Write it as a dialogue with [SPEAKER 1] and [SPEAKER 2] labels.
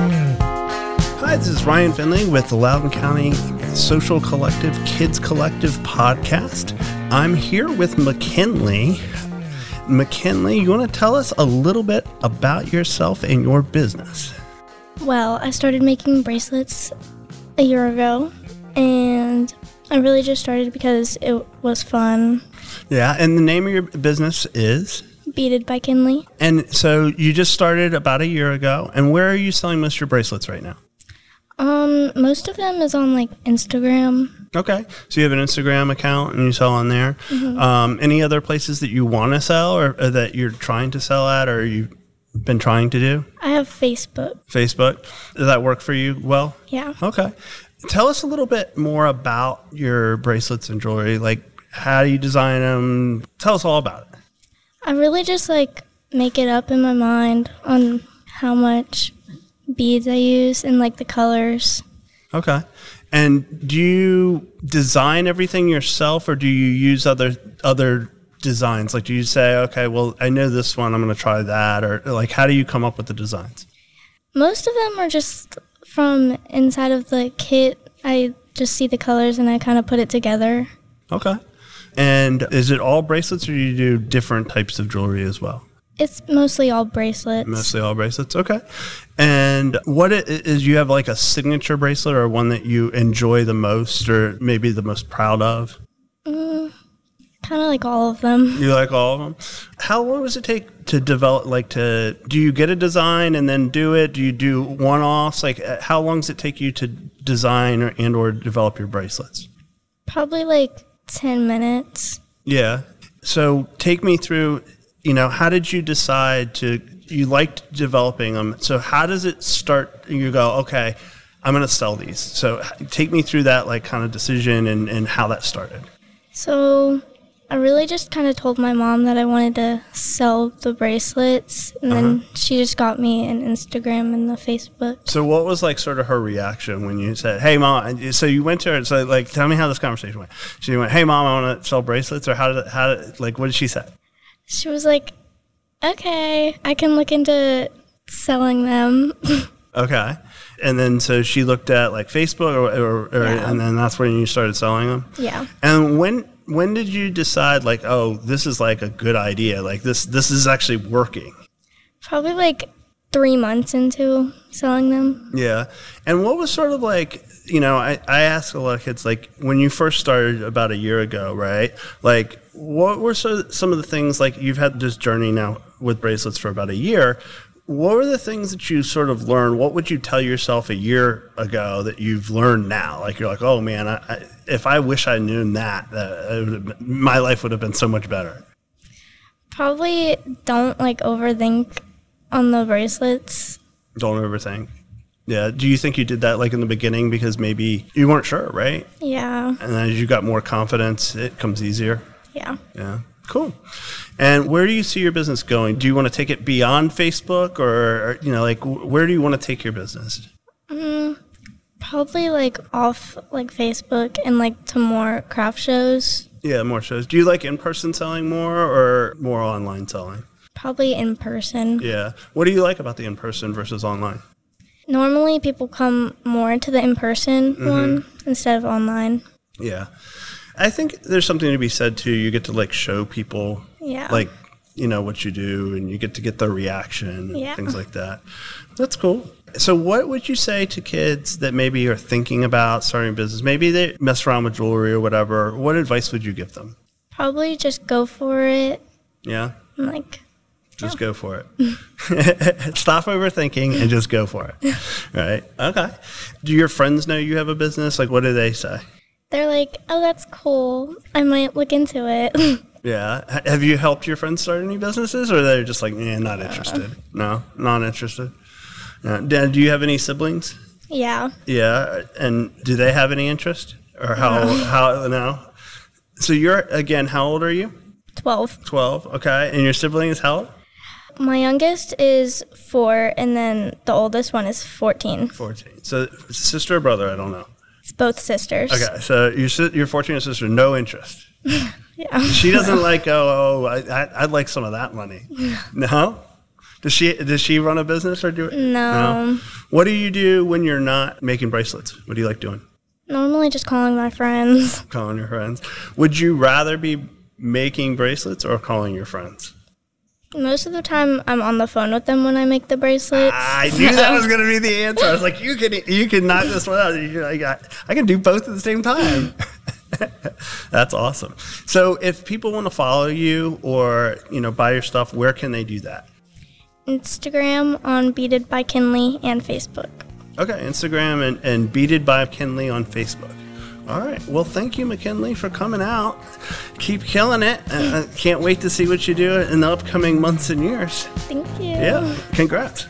[SPEAKER 1] Hi, this is Ryan Finley with the Loudoun County Social Collective Kids Collective podcast. I'm here with McKinley. McKinley, you want to tell us a little bit about yourself and your business?
[SPEAKER 2] Well, I started making bracelets a year ago, and I really just started because it was fun.
[SPEAKER 1] Yeah, and the name of your business is?
[SPEAKER 2] Beaded by Kinley.
[SPEAKER 1] And so you just started about a year ago, and where are you selling most of your bracelets right now?
[SPEAKER 2] Um, most of them is on like Instagram.
[SPEAKER 1] Okay, so you have an Instagram account and you sell on there. Um, any other places that you want to sell or, or that you're trying to sell at or you've been trying to do?
[SPEAKER 2] I have Facebook.
[SPEAKER 1] Facebook? Does that work for you well?
[SPEAKER 2] Yeah.
[SPEAKER 1] Okay. Tell us a little bit more about your bracelets and jewelry. Like, how do you design them? Tell us all about it.
[SPEAKER 2] I really just like make it up in my mind on how much beads I use and like the colors.
[SPEAKER 1] Okay. And do you design everything yourself or do you use other other designs? Like do you say, okay, well, I know this one, I'm going to try that or like how do you come up with the designs?
[SPEAKER 2] Most of them are just from inside of the kit. I just see the colors and I kind of put it together.
[SPEAKER 1] Okay. And is it all bracelets or do you do different types of jewelry as well?
[SPEAKER 2] It's mostly all bracelets.
[SPEAKER 1] Mostly all bracelets. Okay. And what it is you have like a signature bracelet or one that you enjoy the most or maybe the most proud of?
[SPEAKER 2] Kind of like all of them.
[SPEAKER 1] You like all of them. How long does it take to develop? Like, to do you get a design and then do it? Do you do one offs? Like, uh, how long does it take you to design or, and or develop your bracelets?
[SPEAKER 2] Probably like 10 minutes.
[SPEAKER 1] Yeah. So take me through. You know, how did you decide to? You liked developing them. So how does it start? You go, okay, I'm going to sell these. So h- take me through that like kind of decision and and how that started.
[SPEAKER 2] So I really just kind of told my mom that I wanted to sell the bracelets, and then she just got me an Instagram and the Facebook.
[SPEAKER 1] So what was like sort of her reaction when you said, "Hey mom," and so you went to her and said, "Like, tell me how this conversation went." She went, "Hey mom, I want to sell bracelets," or how did it, how did, like what did she say?
[SPEAKER 2] She was like, okay, I can look into selling them.
[SPEAKER 1] Okay, and then so she looked at like Facebook, or, or, or
[SPEAKER 2] Yeah.
[SPEAKER 1] and then that's when you started selling them.
[SPEAKER 2] yeah.
[SPEAKER 1] And when when did you decide like, oh, this is like a good idea, like this this is actually working?
[SPEAKER 2] Probably like three months into selling them.
[SPEAKER 1] Yeah. And what was sort of like, you know, I, I ask a lot of kids, like, when you first started about a year ago, right? Like, what were sort of some of the things, like, you've had this journey now with bracelets for about a year. What were the things that you sort of learned? What would you tell yourself a year ago that you've learned now? Like, you're like, oh man, I, I, if I wish I knew that, that it would've been- my life would have been so much better.
[SPEAKER 2] Probably don't like overthink on the bracelets.
[SPEAKER 1] Don't overthink. Yeah. Do you think you did that like in the beginning because maybe you weren't sure, right?
[SPEAKER 2] Yeah.
[SPEAKER 1] And as you got more confidence, it comes easier.
[SPEAKER 2] Yeah.
[SPEAKER 1] Yeah. Cool. And where do you see your business going? Do you want to take it beyond Facebook or, or, you know, like wh- where do you want to take your business?
[SPEAKER 2] Probably like off like Facebook and like to more craft shows.
[SPEAKER 1] Yeah, more shows. Do you like in person selling more or more online selling?
[SPEAKER 2] Probably in person.
[SPEAKER 1] Yeah. What do you like about the in person versus online?
[SPEAKER 2] Normally people come more to the in person
[SPEAKER 1] Mm-hmm.
[SPEAKER 2] one instead of online.
[SPEAKER 1] Yeah. I think there's something to be said too. You get to like show people
[SPEAKER 2] Yeah.
[SPEAKER 1] like you know what you do and you get to get their reaction and
[SPEAKER 2] Yeah.
[SPEAKER 1] things like that. That's cool. So what would you say to kids that maybe are thinking about starting a business? Maybe they mess around with jewelry or whatever. What advice would you give them?
[SPEAKER 2] Probably just go for it.
[SPEAKER 1] Yeah.
[SPEAKER 2] and, Like
[SPEAKER 1] Just
[SPEAKER 2] Oh.
[SPEAKER 1] go for it. Stop overthinking and just go for it. Right. Okay. Do your friends know you have a business? Like what do they say?
[SPEAKER 2] they're like, "Oh, that's cool. I might look into it."
[SPEAKER 1] Yeah. H- Have you helped your friends start any businesses, or they're just like, yeah, not interested? No, not interested. Yeah. Dad, do you have any siblings?
[SPEAKER 2] yeah.
[SPEAKER 1] Yeah, and do they have any interest, or how how no? So you're again, how old are you?
[SPEAKER 2] 12.
[SPEAKER 1] Twelve. Okay, and your sibling is how old?
[SPEAKER 2] My youngest is 4 and then the oldest one is 14.
[SPEAKER 1] Fourteen. So sister or brother? I don't know.
[SPEAKER 2] It's both sisters.
[SPEAKER 1] Okay, so your si- your fourteen year sister, no interest.
[SPEAKER 2] Yeah.
[SPEAKER 1] She doesn't like. Oh, oh I, I, I'd like some of that money. No, Does she does she run a business or do
[SPEAKER 2] No.
[SPEAKER 1] What do you do when you're not making bracelets? What do you like doing?
[SPEAKER 2] Normally just calling my friends.
[SPEAKER 1] Calling your friends. Would you rather be making bracelets or calling your friends?
[SPEAKER 2] Most of the time I'm on the phone with them when I make the bracelets.
[SPEAKER 1] I knew that was going to be the answer. I was like, you can you can knock this one out. You- I, got- I can do both at the same time. That's awesome. So, if people want to follow you or you know buy your stuff, where can they do that?
[SPEAKER 2] Instagram on Beaded by Kinley and Facebook.
[SPEAKER 1] Okay, Instagram and, and Beated by McKinley on Facebook. All right. Well, thank you, McKinley, for coming out. Keep killing it. Uh, I can't wait to see what you do in the upcoming months and years.
[SPEAKER 2] Thank you.
[SPEAKER 1] Yeah. Congrats.